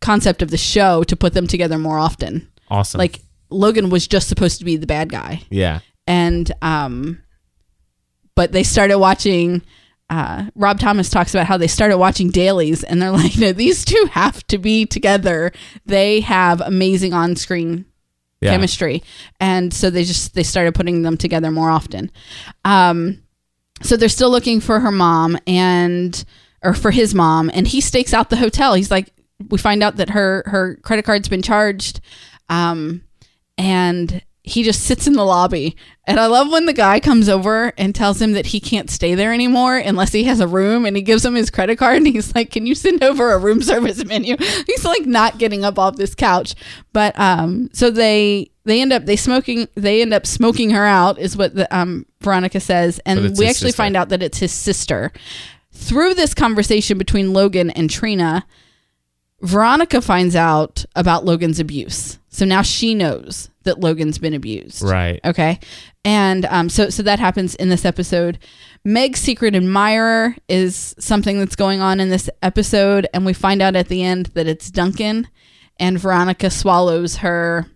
Speaker 5: concept of the show to put them together more often.
Speaker 1: Awesome.
Speaker 5: Like Logan was just supposed to be the bad guy,
Speaker 1: yeah.
Speaker 5: and um, but they started watching. Uh, Rob Thomas talks about how they started watching dailies, and they're like, "No, these two have to be together. They have amazing on-screen
Speaker 1: Yeah.
Speaker 5: chemistry and so they just they started putting them together more often um so they're still looking for her mom and or for his mom and he stakes out the hotel he's like we find out that her her credit card's been charged um and he just sits in the lobby and i love when the guy comes over and tells him that he can't stay there anymore unless he has a room and he gives him his credit card and he's like can you send over a room service menu he's like not getting up off this couch but um so they they end up they smoking they end up smoking her out is what the um veronica says and
Speaker 1: But it's
Speaker 5: we
Speaker 1: his
Speaker 5: actually
Speaker 1: sister.
Speaker 5: find out that it's his sister through this conversation between logan and trina Veronica finds out about Logan's abuse. So now she knows that Logan's been abused.
Speaker 1: Right.
Speaker 5: Okay. And um, so so that happens in this episode. Meg's secret admirer is something that's going on in this episode, and we find out at the end that it's Duncan, and Veronica swallows her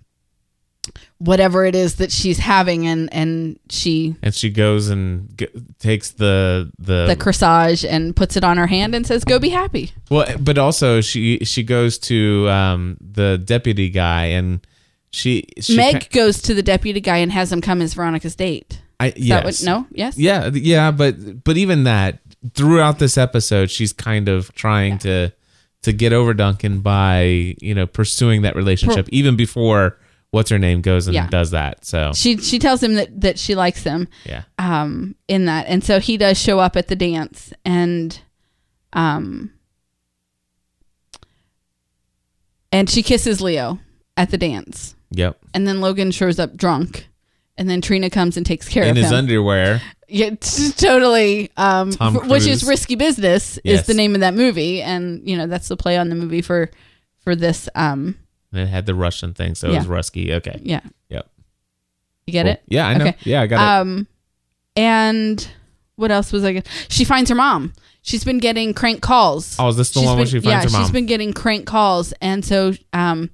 Speaker 5: whatever it is that she's having, and and she
Speaker 1: And she goes and g- takes the the,
Speaker 5: the corsage and puts it on her hand and says, "Go be happy."
Speaker 1: Well, but also she she goes to um, the deputy guy and she, she
Speaker 5: Meg goes to the deputy guy and has him come as Veronica's date.
Speaker 1: I,
Speaker 5: Is
Speaker 1: yes.
Speaker 5: That what, no? Yes?
Speaker 1: Yeah, th- yeah, but but even that throughout this episode, she's kind of trying to to get over Duncan by you know pursuing that relationship even before what's her name goes and
Speaker 5: Yeah.
Speaker 1: does that. So
Speaker 5: She she tells him that, that she likes him
Speaker 1: yeah,
Speaker 5: um, in that. And so he does show up at the dance and um and she kisses Leo at the dance.
Speaker 1: yep,
Speaker 5: And then Logan shows up drunk. And then Trina comes and takes care
Speaker 1: in
Speaker 5: of
Speaker 1: his
Speaker 5: him.
Speaker 1: underwear.
Speaker 5: yeah, t- totally. Um,
Speaker 1: Tom
Speaker 5: f- which
Speaker 1: Cruise.
Speaker 5: is risky business
Speaker 1: Yes.
Speaker 5: is the name of that movie, and you know that's the play on the movie for for this. Um,
Speaker 1: And it had the Russian thing, so it was
Speaker 5: Yeah.
Speaker 1: Rusky. Okay,
Speaker 5: yeah,
Speaker 1: yep.
Speaker 5: you get
Speaker 1: Cool.
Speaker 5: it.
Speaker 1: Yeah, I know.
Speaker 5: Okay.
Speaker 1: Yeah, I got it.
Speaker 5: Um, and what else was I? Gonna, she finds her mom. She's been getting crank calls.
Speaker 1: Oh, is this the
Speaker 5: She's
Speaker 1: one where
Speaker 5: been-
Speaker 1: she finds her
Speaker 5: Yeah,
Speaker 1: mom?
Speaker 5: she's been getting crank calls, and so um,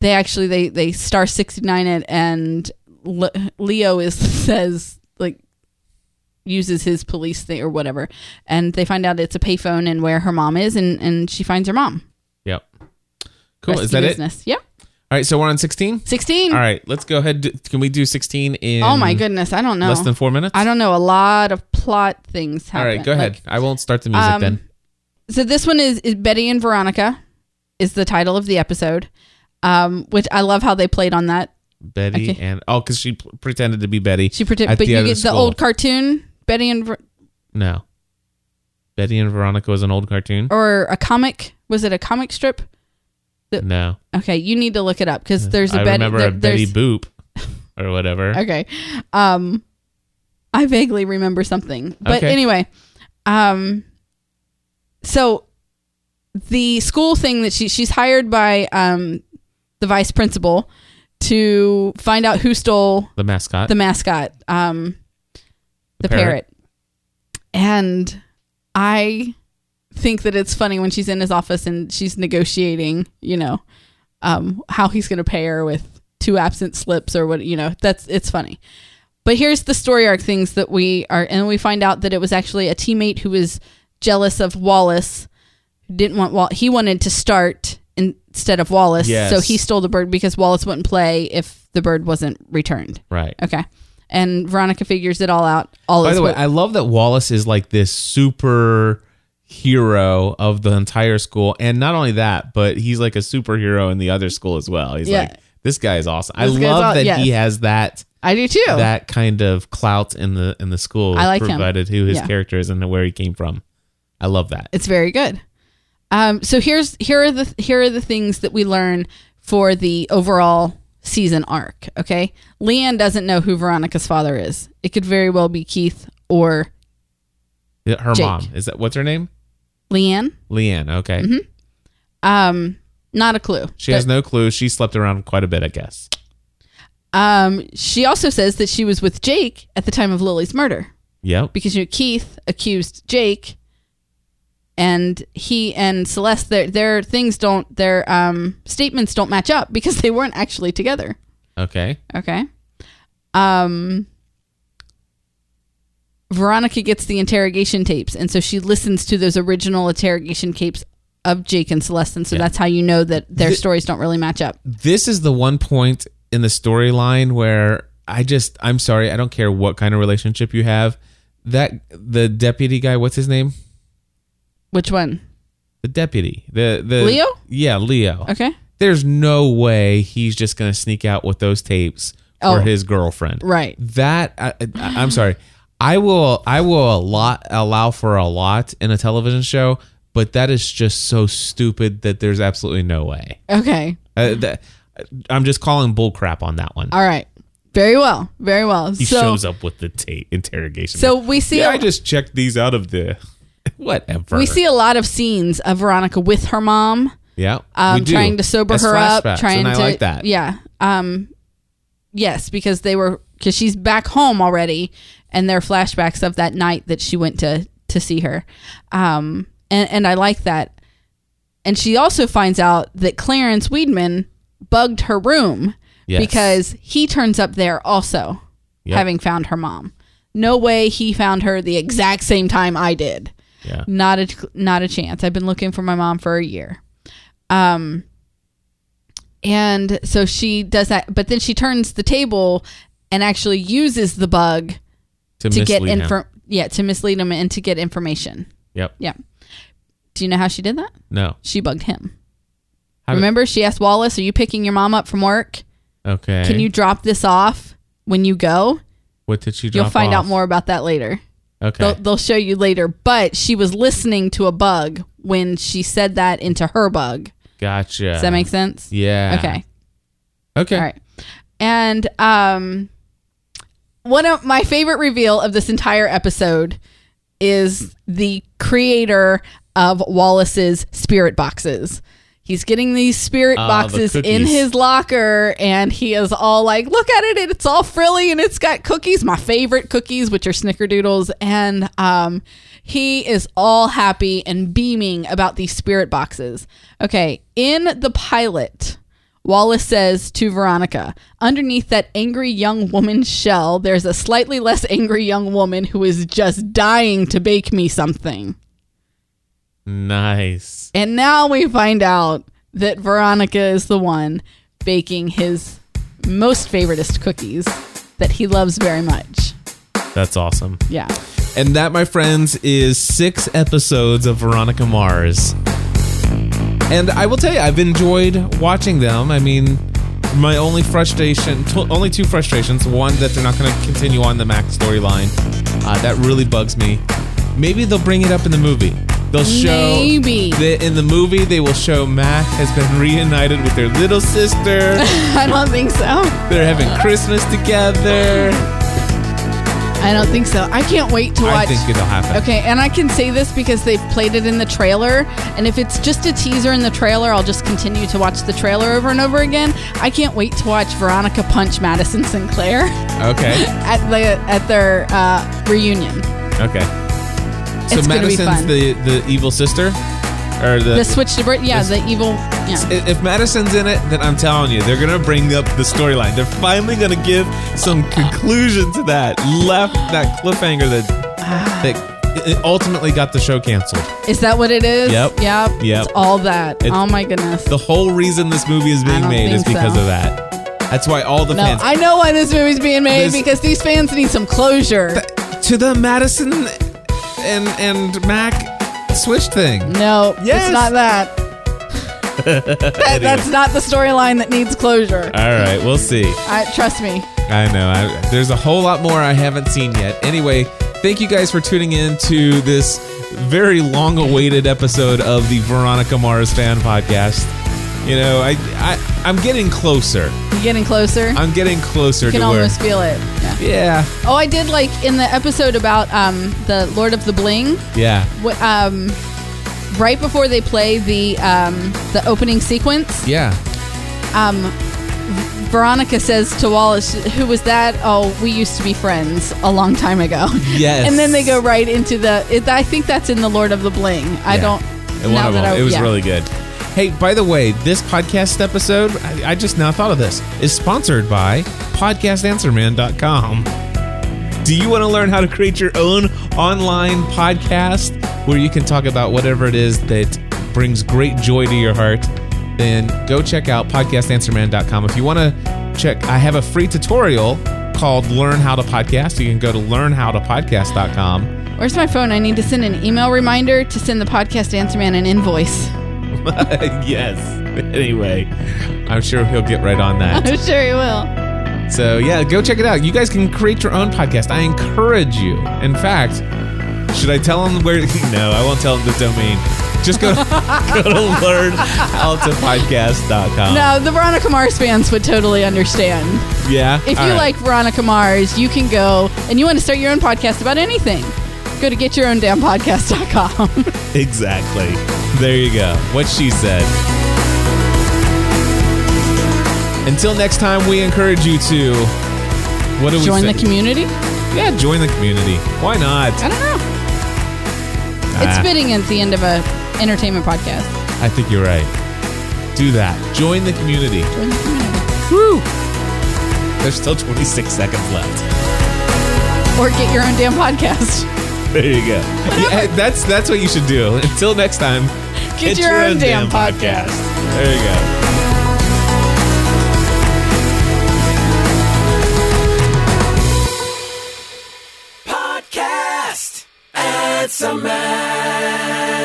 Speaker 5: they actually they they star sixty nine it, and Le- Leo is says like uses his police thing or whatever, and they find out it's a payphone and where her mom is, and and she finds her mom.
Speaker 1: Yep. Cool.
Speaker 5: Rescue
Speaker 1: is that it?
Speaker 5: business. Yeah,
Speaker 1: All right. So we're on 16.
Speaker 5: sixteen.
Speaker 1: All right. Let's go ahead. Can we do 16 in?
Speaker 5: Hmm. Oh my goodness, I don't know.
Speaker 1: Less than four minutes.
Speaker 5: I don't know. A lot of plot things
Speaker 1: All
Speaker 5: happen.
Speaker 1: right. Go ahead.
Speaker 5: Like,
Speaker 1: I won't start the music
Speaker 5: um,
Speaker 1: then.
Speaker 5: so this one is, is Betty and Veronica, is the title of the episode, um, which I love how they played on that.
Speaker 1: Betty
Speaker 5: okay.
Speaker 1: and oh, because she p- pretended to be Betty.
Speaker 5: She pretend,
Speaker 1: at
Speaker 5: but you
Speaker 1: other
Speaker 5: get the
Speaker 1: school.
Speaker 5: old cartoon Betty and Ver-
Speaker 1: No. Betty and Veronica was an old cartoon.
Speaker 5: or a comic. Was it a comic strip?
Speaker 1: no.
Speaker 5: Okay, you need to look it up because there's a
Speaker 1: I
Speaker 5: Betty.
Speaker 1: remember
Speaker 5: there-
Speaker 1: a Betty
Speaker 5: there's-
Speaker 1: Boop or whatever.
Speaker 5: Okay, um, I vaguely remember something, but
Speaker 1: Okay.
Speaker 5: anyway, um, so the school thing that she she's hired by um the vice principal to find out who stole
Speaker 1: The mascot.
Speaker 5: the mascot, um, the,
Speaker 1: parrot.
Speaker 5: parrot. And I think that it's funny when she's in his office and she's negotiating, you know, um, how he's going to pay her with two absent slips or what, you know, that's it's funny. But here's the story arc things that we are, and we find out that it was actually a teammate who was jealous of Wallace, who didn't want Wall. He wanted to start instead of Wallace,
Speaker 1: Yes.
Speaker 5: so he stole the bird because Wallace wouldn't play if the bird wasn't returned.
Speaker 1: right.
Speaker 5: Okay. And Veronica figures it all out. All
Speaker 1: By
Speaker 5: is
Speaker 1: the way,
Speaker 5: what-
Speaker 1: I love that Wallace is like this super hero of the entire school. And not only that, but he's like a superhero in the other school as well. He's
Speaker 5: Yeah.
Speaker 1: like, this guy is awesome. I
Speaker 5: This guy's
Speaker 1: love
Speaker 5: aw-
Speaker 1: that he
Speaker 5: yes.
Speaker 1: has that
Speaker 5: I do too.
Speaker 1: that kind of clout in the in the school
Speaker 5: I like him.
Speaker 1: provided who his
Speaker 5: Yeah.
Speaker 1: character is and where he came from. I love that.
Speaker 5: it's very good. Um, so here's here are the here are the things that we learn for the overall season arc. Okay, Leanne doesn't know who Veronica's father is. It could very well be Keith or
Speaker 1: Her
Speaker 5: Jake.
Speaker 1: mom. Is that what's her name?
Speaker 5: Leanne.
Speaker 1: Leanne. Okay.
Speaker 5: Mm-hmm. Um, not a clue.
Speaker 1: She has no clue. She slept around quite a bit, I guess.
Speaker 5: Um, she also says that she was with Jake at the time of Lily's murder.
Speaker 1: Yep.
Speaker 5: because you know Keith accused Jake, and he and Celeste their their things don't their um, statements don't match up because they weren't actually together.
Speaker 1: Okay.
Speaker 5: Okay. Um. Veronica gets the interrogation tapes, and so she listens to those original interrogation tapes of Jake and Celeste, and so that's how you know that their stories don't really match up.
Speaker 1: this is the one point in the storyline where I just I'm sorry, I don't care what kind of relationship you have. That the deputy guy, what's his name?
Speaker 5: Which one?
Speaker 1: The deputy. The the
Speaker 5: Leo?
Speaker 1: Yeah, Leo.
Speaker 5: Okay.
Speaker 1: There's no way he's just gonna sneak out with those tapes for
Speaker 5: Oh.
Speaker 1: his girlfriend.
Speaker 5: Right.
Speaker 1: That I, I, I'm sorry. I will I will a lot allow for a lot in a television show, but that is just so stupid that there's absolutely no way.
Speaker 5: Okay.
Speaker 1: Uh, that, I'm just calling bull crap on that one.
Speaker 5: All right. Very well. Very well.
Speaker 1: He
Speaker 5: so,
Speaker 1: shows up with the ta interrogation.
Speaker 5: so we see.
Speaker 1: yeah,
Speaker 5: a-
Speaker 1: I just checked these out of the whatever.
Speaker 5: We see a lot of scenes of Veronica with her mom,
Speaker 1: yeah,
Speaker 5: um,
Speaker 1: we do.
Speaker 5: trying to sober
Speaker 1: As
Speaker 5: her up,
Speaker 1: flashbacks,
Speaker 5: trying
Speaker 1: and I
Speaker 5: to
Speaker 1: like that.
Speaker 5: Yeah. Um, yes, because they were because she's back home already, and there are flashbacks of that night that she went to to see her, um, and and I like that. And she also finds out that Clarence Weedman bugged her room
Speaker 1: Yes.
Speaker 5: because he turns up there also,
Speaker 1: Yep.
Speaker 5: having found her mom. No way he found her the exact same time I did
Speaker 1: yeah,
Speaker 5: not a not a chance. I've been looking for my mom for a year. Um and so she does that but then she turns the table and actually uses the bug
Speaker 1: to,
Speaker 5: to get
Speaker 1: mislead him.
Speaker 5: info yeah, to mislead him and to get information.
Speaker 1: Yep.
Speaker 5: Yeah. Do you know how she did that?
Speaker 1: No.
Speaker 5: She bugged him.
Speaker 1: How did-
Speaker 5: Remember she asked Wallace, "Are you picking your mom up from work?
Speaker 1: Okay.
Speaker 5: Can you drop this off when you go?"
Speaker 1: What did she? Drop
Speaker 5: You'll find
Speaker 1: off?
Speaker 5: out more about that later.
Speaker 1: Okay.
Speaker 5: They'll, they'll show you later. But she was listening to a bug when she said that into her bug.
Speaker 1: gotcha.
Speaker 5: Does that make sense?
Speaker 1: Uh-huh. Yeah.
Speaker 5: Okay.
Speaker 1: Okay.
Speaker 5: All right. And um, one of my favorite reveal of this entire episode is the creator of Wallace's spirit boxes. He's getting these spirit
Speaker 1: Ah, the
Speaker 5: boxes in
Speaker 1: cookies.
Speaker 5: his locker, and he is all like, "Look at it! It's all frilly, and it's got cookies. My favorite cookies, which are snickerdoodles." And um, he is all happy and beaming about these spirit boxes. Okay, in the pilot, Wallace says to Veronica, underneath that angry young woman's shell, there's a slightly less angry young woman who is just dying to bake me something.
Speaker 1: Nice.
Speaker 5: And now we find out that Veronica is the one baking his most favoritist cookies that he loves very much.
Speaker 1: That's awesome.
Speaker 5: Yeah.
Speaker 1: And that, my friends, is six episodes of Veronica Mars. And I will tell you, I've enjoyed watching them. I mean, my only frustration, t- only two frustrations. One, that they're not going to continue on the Mac storyline. Uh, that really bugs me. Maybe they'll bring it up in the movie. They'll show.
Speaker 5: Maybe.
Speaker 1: that in the movie, they will show Mac has been reunited with their little sister.
Speaker 5: I don't think so.
Speaker 1: they're having Christmas together.
Speaker 5: I don't think so. I can't wait to
Speaker 1: I
Speaker 5: watch.
Speaker 1: think it'll happen.
Speaker 5: Okay, and I can say this because they've played it in the trailer. And if it's just a teaser in the trailer, I'll just continue to watch the trailer over and over again. I can't wait to watch Veronica punch Madison Sinclair
Speaker 1: Okay.
Speaker 5: at the at their uh, reunion.
Speaker 1: Okay. So
Speaker 5: It's gonna be
Speaker 1: Madison's
Speaker 5: fun.
Speaker 1: the uh, the evil sister, or the.
Speaker 5: The switch to Brit, yeah, the evil. Yeah.
Speaker 1: I- if Madison's in it, then I'm telling you, they're gonna bring up the storyline. They're finally gonna give some conclusion to that left that cliffhanger that
Speaker 5: Ah.
Speaker 1: that it ultimately got the show canceled.
Speaker 5: Is that what it is?
Speaker 1: Yep.
Speaker 5: Yep.
Speaker 1: Yep.
Speaker 5: It's all that.
Speaker 1: It's-
Speaker 5: oh my goodness.
Speaker 1: The whole reason this movie is
Speaker 5: I
Speaker 1: being
Speaker 5: don't
Speaker 1: made is
Speaker 5: think
Speaker 1: because
Speaker 5: so.
Speaker 1: of that. That's why all the
Speaker 5: no,
Speaker 1: fans
Speaker 5: I know why this movie's being made
Speaker 1: This-
Speaker 5: because these fans need some closure.
Speaker 1: to the Madison and and Mac switch thing.
Speaker 5: no,
Speaker 1: Yes.
Speaker 5: it's not that. that that's not the storyline that needs closure.
Speaker 1: All right, we'll see.
Speaker 5: I, trust me.
Speaker 1: I know. I, there's a whole lot more I haven't seen yet. Anyway, thank you guys for tuning in to this very long awaited episode of the Veronica Mars fan podcast. You know, I, I I'm getting closer.
Speaker 5: You're getting closer. I
Speaker 1: I'm getting closer
Speaker 5: can
Speaker 1: to where.
Speaker 5: almost feel it. Yeah.
Speaker 1: Yeah,
Speaker 5: Oh, I did like in the episode about um, the Lord of the Bling.
Speaker 1: yeah,
Speaker 5: wh- Um, right before they play the um, the opening sequence,
Speaker 1: yeah.
Speaker 5: Veronica says to Wallace, "Who was that? Oh, we used to be friends a long time ago."
Speaker 1: Yes.
Speaker 5: and then they go right into the. It, I think that's in the Lord of the Bling. I
Speaker 1: Yeah.
Speaker 5: don't.
Speaker 1: And one
Speaker 5: now
Speaker 1: of
Speaker 5: that
Speaker 1: them.
Speaker 5: I-
Speaker 1: it was
Speaker 5: yeah.
Speaker 1: really good. Hey, by the way, this podcast episode, I, I just now thought of this, is sponsored by podcastanswerman.com. Do you want to learn how to create your own online podcast where you can talk about whatever it is that brings great joy to your heart? Then go check out podcastanswerman.com. If you want to check, I have a free tutorial called Learn How to Podcast. You can go to learnhowtopodcast.com.
Speaker 5: Where's my phone? I need to send an email reminder to send the podcast answer man an invoice.
Speaker 1: yes. Anyway, I'm sure he'll get right on that.
Speaker 5: I'm Oh, sure you will.
Speaker 1: So, yeah, go check it out. You guys can create your own podcast. I encourage you. In fact, should I tell him where? No, I won't tell him the domain. Just go to, go to learnhowtopodcast.com.
Speaker 5: No, the Veronica Mars fans would totally understand.
Speaker 1: Yeah.
Speaker 5: If
Speaker 1: All
Speaker 5: you
Speaker 1: right.
Speaker 5: like Veronica Mars, you can go and you want to start your own podcast about anything. Go to getyourowndammnpodcast.com.
Speaker 1: Exactly. There you go. What she said. Until next time, we encourage you to. What do
Speaker 5: Join
Speaker 1: we say?
Speaker 5: the community?
Speaker 1: Yeah, join the community. Why not?
Speaker 5: I don't know. It's
Speaker 1: Ah.
Speaker 5: fitting at the end of a entertainment podcast.
Speaker 1: I think you're right. Do that. Join the community.
Speaker 5: Join the community.
Speaker 1: Woo! There's still 26 seconds left.
Speaker 5: Or get your own damn podcast.
Speaker 1: There you go. Yeah, that's that's what you should do. Until next time,
Speaker 5: Get, your, own, damn, podcast.
Speaker 1: There you go.
Speaker 4: Podcast. Answer Man.